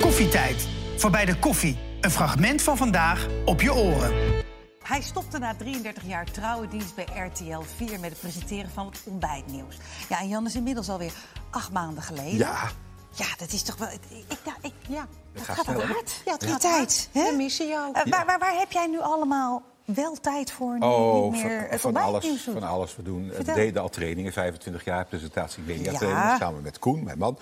Koffietijd. Voorbij de koffie. Een fragment van vandaag op je oren. Hij stopte na 33 jaar trouwe dienst bij RTL 4 met het presenteren van het ontbijtnieuws. Ja, en Jan is inmiddels alweer acht maanden geleden. Ja. Ja, dat is toch wel. Ik, ik, ja, ik, ja. Dat gaat gaat ook snel, hè? hard. Ja, het Ja. gaat Tijd, hard. hè? Eh, We missen jou. Ja. Eh, waar, waar, waar heb jij nu allemaal wel tijd voor? Nu Oh, niet meer van, het van ontbijtnieuws alles, doen? van alles. We doen, we Vertel. deden al trainingen, 25 jaar presentatie media Ja. trainingen, samen met Koen, mijn man.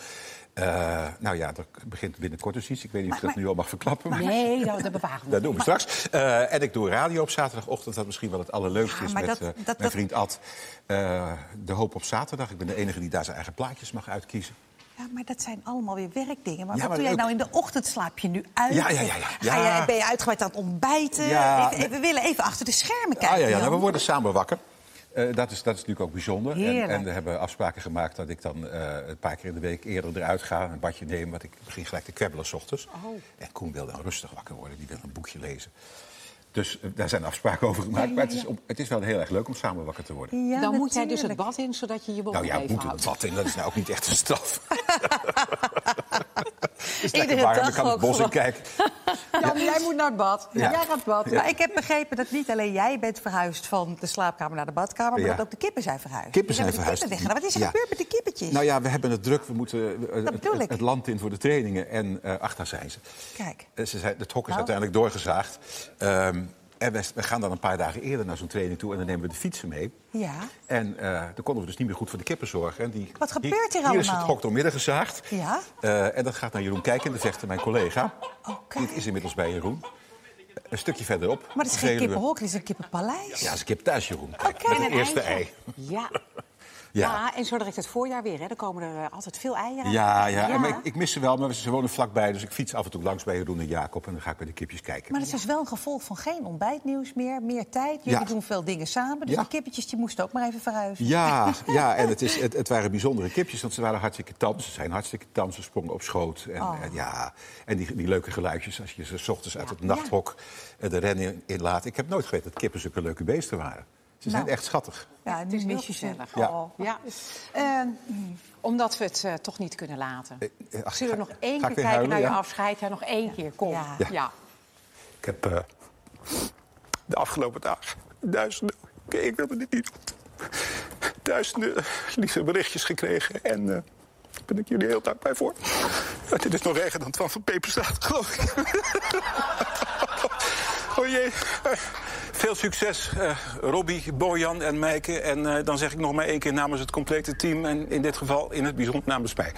Eh, nou ja, er begint binnenkort dus iets. Ik weet niet of ik dat nu al mag verklappen. maar Nee, dat, dat bewaren we. Dat doen we straks. Eh, en ik doe radio op zaterdagochtend, dat misschien wel het allerleukste Ja, is maar met dat- eh, dat- dat- mijn vriend Ad. Eh, de hoop op zaterdag. Ik ben de enige die daar zijn eigen plaatjes mag uitkiezen. Ja, maar dat zijn allemaal weer werkdingen. Maar Ja, wat maar doe jij leuk. nou in de ochtend? Slaap je nu uit? Ja, ja, ja, ja. Of Ja. Ga je, ben je uitgebreid aan het ontbijten? Ja. Even- we willen even achter de schermen kijken. Ah, ja, ja. Jan. Nou, we worden samen wakker. Eh, dat, is, dat is natuurlijk ook bijzonder. En, Heerlijk. en we hebben afspraken gemaakt dat ik dan eh, een paar keer in de week eerder eruit ga. Een badje neem, want ik begin gelijk te kwebbelen s ochtends. En Koen wil dan rustig wakker worden, die wil een boekje lezen. Dus eh, daar zijn afspraken over gemaakt. Maar het is, om- het is wel heel erg leuk om samen wakker te worden. Ja, dan moet jij dus het natuurlijk. bad in, zodat je je mond Nou ja, even moet het houdt. wat in, dat is nou ook niet echt een straf. Het is lekker Iedere warm, dag ik kan het ook bos in gewoon. kijken. Jan, jij moet naar het bad. Ja. Jij gaat het bad. Maar ik heb begrepen dat niet alleen jij bent verhuisd van de slaapkamer naar de badkamer, maar Ja. dat ook de kippen zijn verhuisd. Kippen Ze zijn hebben de verhuisd. kippen weggedaan. Wat is er Ja. gebeurd met de kippetjes? Nou ja, we hebben het druk. We moeten eh, het, bedoel het- ik. het land in voor de trainingen. En eh ach, daar zijn ze. Kijk. Eh, Ze zijn, het hok is Nou. uiteindelijk doorgezaagd. Ehm, en we, we gaan dan een paar dagen eerder naar zo'n training toe. En dan nemen we de fietsen mee. Ja. En eh dan konden we dus niet meer goed voor de kippen zorgen. En die, Wat gebeurt hier Hier is het allemaal? hok doormidden gezaagd. Ja. Oh, Eh, en dat gaat naar Jeroen Kijken, de vechter, mijn collega. Oké. Dit is inmiddels bij Jeroen. Een stukje verderop. Maar het is geen Veluwe. kippenhok, het is een kippenpaleis. Ja, dat is een kip thuis, Jeroen. Kijk, Oké. met En het een eerste eitje. ei. Ja. Ja. Ah, en zo direct het voorjaar weer, hè. Dan komen er eh, altijd veel eieren. Ja, ja. Maar ik, ik mis ze wel, maar ze wonen vlakbij. Dus ik fiets af en toe langs bij Jeroen en Jacob. En dan ga ik bij de kipjes kijken. Maar dat is dus wel een gevolg van geen ontbijtnieuws meer, meer tijd. Jullie Ja. doen veel dingen samen, dus Ja. de kippetjes die moesten ook maar even verhuizen. Ja, ja, en het, is, het, het waren bijzondere kipjes, want ze waren hartstikke tam. Ze zijn hartstikke tam, ze sprongen op schoot. En, en ja, en die, die leuke geluidjes als je ze 's ochtends uit het nachthok eh, de ren in, in laat. Ik heb nooit geweten dat kippen zulke leuke beesten waren. Ze zijn echt schattig. Ja, het is nu heel mis je ze. gezellig. Ja. Oh. Ja. Eh, omdat we het eh, toch niet kunnen laten. eh, ach, Zullen we ga- nog ga één keer ik weer kijken huilen, naar ja? je afscheid? Ja, nog één keer, kom. Ja. Ja. Ik heb eh, de afgelopen dagen duizenden. Oké, ik wilde dit niet. Duizenden lieve berichtjes gekregen. En eh, daar ben ik jullie heel dankbaar voor. Eh, dit is nog erger dan het van Van Peperstraat, geloof ik. oh jee. Eh, Veel succes, eh Robbie, Bojan en Meike. En eh, dan zeg ik nog maar één keer namens het complete team. En in dit geval in het bijzonder namens mij.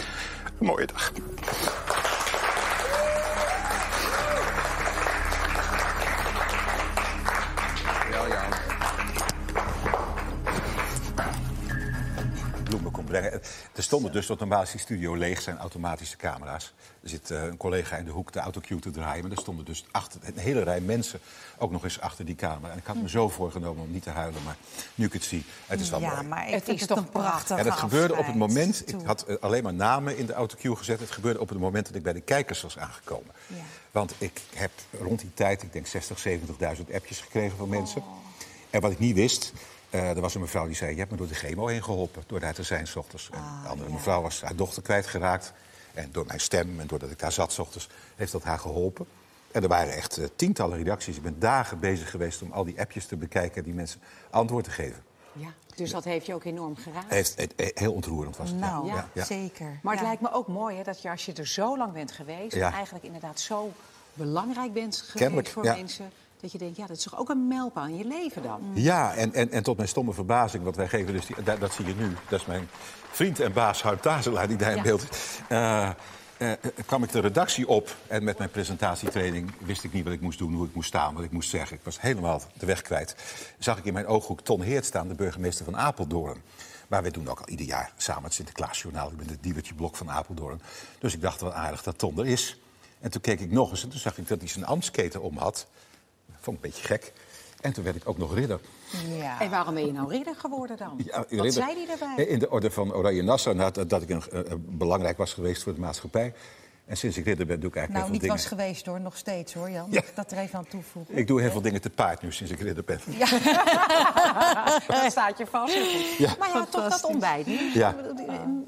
Mooie dag. bloemen kon brengen. Eh, Er stonden dus tot normaal als die studio leeg zijn automatische camera's. Er zit eh, een collega in de hoek de autocue te draaien. Maar er stonden dus achter, een hele rij mensen ook nog eens achter die camera. En ik had Hm. me zo voorgenomen om niet te huilen, maar nu ik het zie, het is wel Ja, mooi. maar ik Het vind is het toch een prachtig. En dat gebeurde op het moment, ik had eh, alleen maar namen in de autocue gezet. Het gebeurde op het moment dat ik bij de kijkers was aangekomen. Ja. Want ik heb rond die tijd, ik denk 60, 70.000 appjes gekregen van mensen. En wat ik niet wist, eh, er was een mevrouw die zei... je hebt me door de chemo heen geholpen, door daar te zijn s ochtends. En een andere mevrouw was haar dochter kwijtgeraakt. En door mijn stem en doordat ik daar zat s ochtends, heeft dat haar geholpen. En er waren echt eh, tientallen reacties. Ik ben dagen bezig geweest om al die appjes te bekijken... en die mensen antwoord te geven. Ja. Dus dat heeft je ook enorm geraakt. Heeft, eh, eh, heel ontroerend was het. ja. Nou, Ja, ja. zeker. Maar het Ja. lijkt me ook mooi hè, dat je als je er zo lang bent geweest... Ja. en eigenlijk inderdaad zo belangrijk bent geweest Kennelijk, voor ja. mensen... dat je denkt, ja, dat is toch ook een mijlpaal in je leven dan? Ja, en, en, en tot mijn stomme verbazing, want wij geven dus... Die, dat, dat zie je nu, dat is mijn vriend en baas Huip Tazelaar die daar in Ja. beeld is. Eh, eh, kwam ik de redactie op en met mijn presentatietraining wist ik niet wat ik moest doen, hoe ik moest staan, wat ik moest zeggen. Ik was helemaal de weg kwijt. Zag ik in mijn ooghoek Ton Heert staan, de burgemeester van Apeldoorn. Maar we doen ook al ieder jaar samen het Sinterklaasjournaal. Ik ben het diewertje blok van Apeldoorn. Dus ik dacht wel aardig dat Ton er is. En toen keek ik nog eens en toen zag ik dat hij zijn ambtsketen om had. Vond ik een beetje gek. En toen werd ik ook nog ridder. Ja. En waarom ben je nou ridder geworden dan? Ja, Wat ridder. zei hij daarbij? In de orde van Oranje Nassau, na- dat, ik een, eh, eh, belangrijk was geweest voor de maatschappij. En sinds ik ridder ben, doe ik Nou, eigenlijk heel niet veel was dingen. geweest hoor, nog steeds hoor, Jan. Ja. Dat er even aan toevoegen. Ik doe heel veel dingen te paard nu sinds ik ridder ben. Dat staat je vast. Maar ja, toch dat Fantastisch. ontbijt. niet? Ja.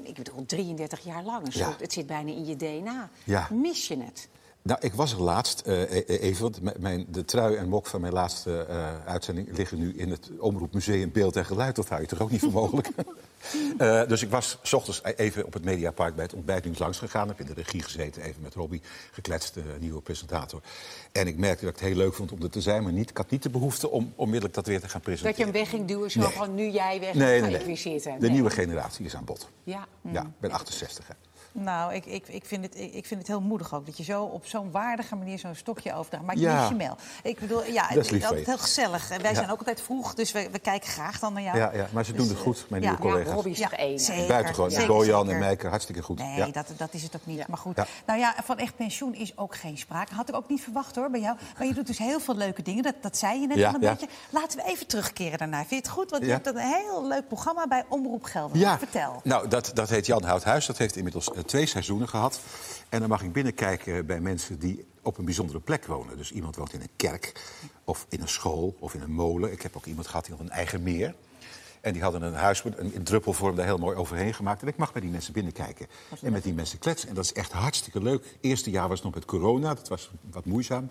Ik bedoel, 33 jaar lang. een Ja. soort- Het zit bijna in je DNA. Ja. Mis je het? Nou, ik was er laatst eh, e- e- even, want m- mijn, de trui en mok van mijn laatste eh, uitzending liggen nu in het Omroepmuseum Beeld en Geluid. Dat hou je toch ook niet voor mogelijk? Eh, dus ik was 's ochtends e- even op het Mediapark bij het ontbijt nu langs gegaan. Heb in de regie gezeten, even met Robbie gekletst, de nieuwe presentator. En ik merkte dat ik het heel leuk vond om er te zijn, maar niet, ik had niet de behoefte om onmiddellijk dat weer te gaan presenteren. Dat je hem weg ging duwen, zo Nee. van nu jij weg, Nee, ga nee, ik nee. weer zitten. De nieuwe generatie is aan bod. Ja. Ja, ik ben 68. Hè. Nou, ik, ik, ik, vind het, ik ik vind het heel moedig ook. Dat je zo op zo'n waardige manier zo'n stokje overdraagt. Maar je Ja. mis je mail. Ik bedoel, ja, Dat is het lief is van altijd je. heel gezellig. En wij Ja. zijn ook altijd vroeg, dus we, we kijken graag dan naar jou. Ja, ja, maar ze doen het goed, mijn nieuwe ja, Ja, collega's. Robbie is Ja, toch één. hè? zeker. Buitengewoon. Zeker, Bojan en zeker. Meike, hartstikke goed. Nee, Ja. dat, dat is het ook niet. Maar goed, Ja. nou ja, van echt pensioen is ook geen sprake. Had ik ook niet verwacht hoor bij jou. Maar je doet dus heel veel leuke dingen. Dat, dat zei je net Ja, al een ja. beetje. Laten we even terugkeren daarna. Vind je het goed? Want je Ja. hebt een heel leuk programma bij Omroep Gelderland. Vertel. Nou, dat, dat heet Jan Houthuis. Dat heeft inmiddels eh, twee seizoenen gehad. En dan mag ik binnenkijken eh, bij mensen die op een bijzondere plek wonen. Dus iemand woont in een kerk, of in een school, of in een molen. Ik heb ook iemand gehad die had een eigen meer. En die hadden een huis met een in druppelvorm daar heel mooi overheen gemaakt. En ik mag bij die mensen binnenkijken. En met die mensen kletsen. En dat is echt hartstikke leuk. Eerste jaar was het nog met corona. Dat was wat moeizaam.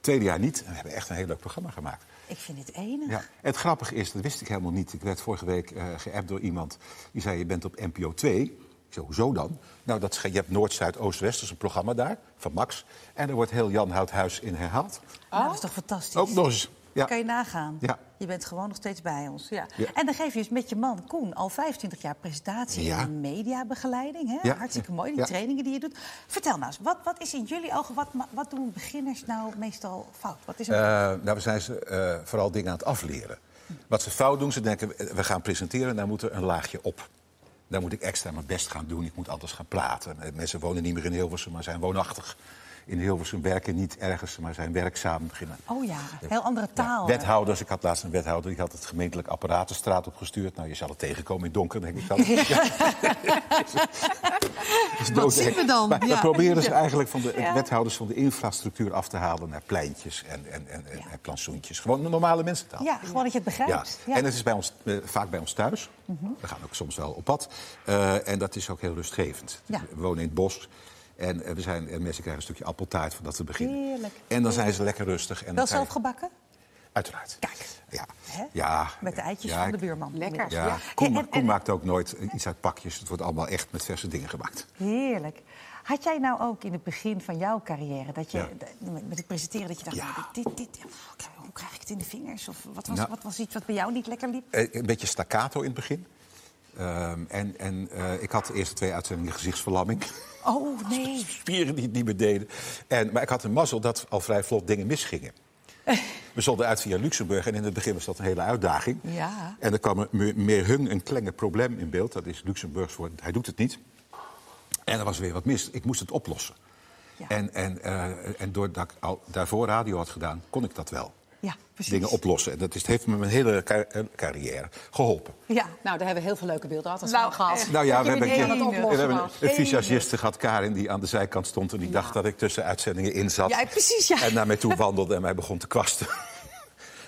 Tweede jaar niet. En we hebben echt een heel leuk programma gemaakt. Ik vind het enig. Ja. Het grappige is, dat wist ik helemaal niet. Ik werd vorige week eh geappt door iemand die zei: Je bent op NPO 2. Ik zei, hoezo dan? Nou, dat is, ge- je hebt Noord, Zuid, Oost, West, dat is een programma daar, van Max. En er wordt heel Jan Houthuis in herhaald. Nou, dat is toch fantastisch? Ook nog eens. Ja. Eh, Kan je nagaan. Ja. Je bent gewoon nog steeds bij ons. Ja. Ja. En dan geef je dus met je man Koen al 25 jaar presentatie Ja. en mediabegeleiding. Hè? Ja. Hartstikke mooi, die Ja. trainingen die je doet. Vertel nou eens, wat, wat is in jullie ogen, wat, ma- wat doen beginners nou meestal fout? Wat is een- Eh, nou, we zijn ze eh, vooral dingen aan het afleren. Wat ze fout doen, ze denken, eh, we gaan presenteren, daar moet er een laagje op. Daar moet ik extra mijn best gaan doen, ik moet anders gaan praten. Eh, Mensen wonen niet meer in Hilversum, maar zijn woonachtig. In Hilversum werken niet ergens, maar zijn werkzaam. Beginnen Oh ja, heel andere taal. hè? Wethouders, ik had laatst een wethouder, die had het gemeentelijk apparatenstraat opgestuurd. Nou, je zal het tegenkomen in donker, denk ik dan. Ja. Wat zien we dan? Maar Ja. we proberen ze eigenlijk van de wethouders van de infrastructuur af te halen... naar pleintjes en, en, en, en, en plantsoentjes. Gewoon normale mensentaal. Ja, gewoon dat je het begrijpt. Ja. Mhm. En het is bij ons, eh, vaak bij ons thuis. We gaan ook soms wel op pad. Eh, en dat is ook heel rustgevend. Ja. We wonen in het bos. En, eh, we zijn, en mensen krijgen een stukje appeltaart van dat we beginnen. Heerlijk. En dan zijn ze lekker rustig. En Wel dan ga je- zelf gebakken? Uiteraard. Kijk. Ja. Hè? ja. Met de eitjes Ja, van de ik- buurman. Lekker. Ja, Ja. Koen, En- en- Koen maakt ook nooit iets uit pakjes. Het wordt allemaal echt met verse dingen gemaakt. Heerlijk. Had jij nou ook in het begin van jouw carrière, dat je, Ja. d- met- met het presenteren, dat je dacht, Ja. nou, dit, dit, dit, pff, oké, hoe krijg ik het in de vingers? Of wat was, Nou. wat was iets wat bij jou niet lekker liep? Eh, Een beetje staccato in het begin. Ehm, en en eh, ik had de eerste twee uitzendingen gezichtsverlamming. Eh, Oh nee. Spieren die het niet meer deden. En, maar ik had een mazzel dat al vrij vlot dingen misgingen. We zonden uit via Luxemburg en in het begin was dat een hele uitdaging. Ja. En er kwam er me- meer hung en klenge probleem in beeld. Dat is Luxemburgs voor hij doet het niet. En er was weer wat mis. Ik moest het oplossen. Ja. En, en, eh, en doordat ik al daarvoor radio had gedaan, kon ik dat wel. Ja, precies. Dingen oplossen. En dat is, heeft me mijn hele ca- eh, carrière geholpen. Ja. Nou, daar hebben we heel veel leuke beelden altijd Nou, van gehad. Nou ja, Dat we je hebben, weer een, dingen aan keer- het we oplossen hebben was. een visagiste gehad, Karin, die aan de zijkant stond... en die dacht dat ik tussen uitzendingen in zat. Ja, precies, ja. En naar mij toe wandelde en mij begon te kwasten.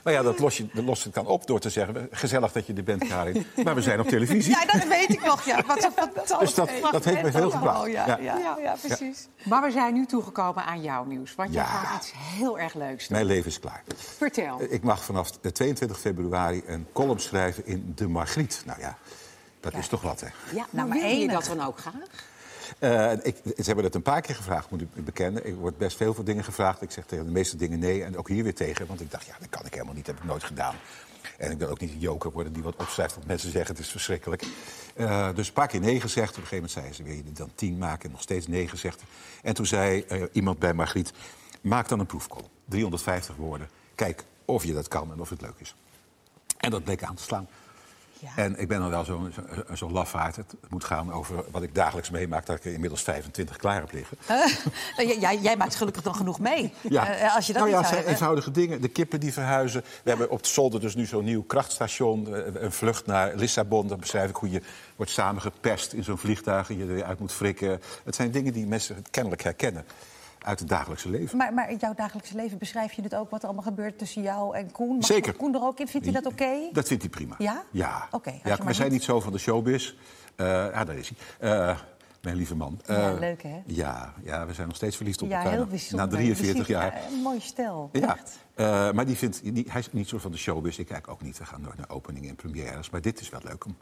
Maar ja, dat los, je, dat los ik dan op door te zeggen... gezellig dat je er bent, Karin, maar we zijn op televisie. Ja, dat weet ik nog. Ja. Wat een fantastisch. Dus dat- dat heeft me veel gebracht. Oh, ja, ja. Ja. Ja, precies. Maar we zijn nu toegekomen aan jouw nieuws. Want jij Ja. Eh, gaat iets heel erg leuks doen. Mijn leven is klaar. Vertel. Ik mag vanaf de 22 februari een column schrijven in De Margriet. Nou ja, dat is toch wat, hè? Ja, maar, Nou, maar wil je enig. dat dan ook graag? Eh, ik, ze hebben het een paar keer gevraagd, moet ik bekennen. Ik word best veel voor dingen gevraagd. Ik zeg tegen de meeste dingen nee. En ook hier weer tegen. Want ik dacht, ja, dat kan ik helemaal niet. Dat heb ik nooit gedaan. En ik wil ook niet een joker worden die wat opschrijft. Want mensen zeggen, het is verschrikkelijk. Eh, dus een paar keer nee gezegd. Op een gegeven moment zei ze, wil je er dan tien maken? En nog steeds nee gezegd. En toen zei eh, iemand bij Margriet, maak dan een proefkolom. 350 woorden. Kijk of je dat kan en of het leuk is. En dat bleek aan te slaan. En ik ben dan wel zo'n zo, zo'n lafaard. Het moet gaan over wat ik dagelijks meemaak... dat ik er inmiddels 25 klaar heb liggen. Nou, j- jij, jij maakt gelukkig dan genoeg mee. Eh, als je dat niet nou ja, het zou zijn hebben. eenvoudige dingen. De kippen die verhuizen. We hebben op de zolder dus nu zo'n nieuw krachtstation. eh, Een vlucht naar Lissabon. Dan beschrijf ik hoe je wordt samengeperst in zo'n vliegtuig... en je eruit moet frikken. Het zijn dingen die mensen kennelijk herkennen uit het dagelijkse leven. Maar, maar in jouw dagelijkse leven beschrijf je het ook wat er allemaal gebeurt tussen jou en Koen. Mag Zeker. Koen er ook in? Vindt hij dat oké? Dat vindt hij prima. Ja? Ja. Oké, als je ja maar we niet- zijn niet zo van de showbiz. Eh, ah, daar is hij. Eh, mijn lieve man. Ja, Eh, leuk, hè? Ja, ja, we zijn nog steeds verliefd op Ja, elkaar. heel na- bijzonder. Na 43 jaar. Ja, een Eh, mooi stel. Ja, Echt. eh, maar die vindt, die, hij is niet zo van de showbiz. Ik kijk ook niet. We gaan nooit naar openingen en premières. Maar dit is wel leuk om,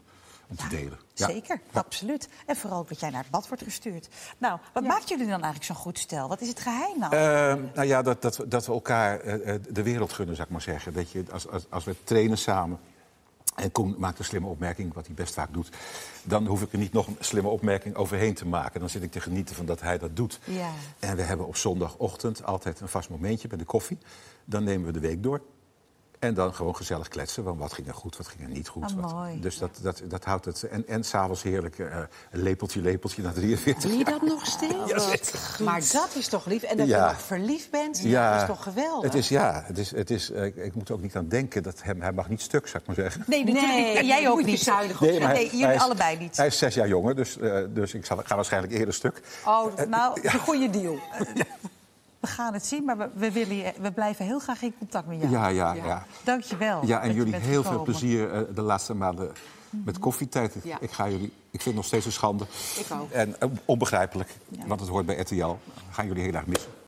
om te delen. Ja. Zeker, absoluut. En vooral ook dat jij naar het bad wordt gestuurd. Nou, wat maakt jullie dan eigenlijk zo'n goed stel? Wat is het geheim nou? Eh, nou ja, dat, dat, dat we elkaar eh, eh, de wereld gunnen, zou ik maar zeggen. Dat je, als, als, als we trainen samen. En Koen maakt een slimme opmerking, wat hij best vaak doet. Dan hoef ik er niet nog een slimme opmerking overheen te maken. Dan zit ik te genieten van dat hij dat doet. Ja. En we hebben op zondagochtend altijd een vast momentje bij de koffie. Dan nemen we de week door. En dan gewoon gezellig kletsen. Van wat ging er goed, wat ging er niet goed. Ah, wat- mooi. Dus dat, dat, dat houdt het. En, en s'avonds heerlijk eh, lepeltje, lepeltje na 43 Doe je dat nog steeds? maar dat is toch lief? En dat Ja. je nog verliefd bent, dat is toch geweldig? Het is, ja, het is, het is, eh, ik, ik moet er ook niet aan denken dat hem, hij mag niet stuk, zou ik maar zeggen. Nee, natuurlijk niet. En jij ook niet. Zuinig nee, maar hij- nee, jullie hij is- allebei niet. Hij is zes jaar jonger, dus, eh, dus ik zal, ga waarschijnlijk eerder stuk. Oh, nou, Eh, dat is een goede deal. We gaan het zien, maar we, we willen je- we blijven heel graag in contact met jou. Ja, ja, ja. ja. Dank je wel. dat en je jullie bent heel veel gekomen. Mhm. plezier eh, de laatste maanden met koffietijd. Ik- Ja. Ik, ga jullie, ik vind het nog steeds een schande. Ik ook. En eh, onbegrijpelijk, want het hoort bij RTL. Gaan jullie heel erg missen.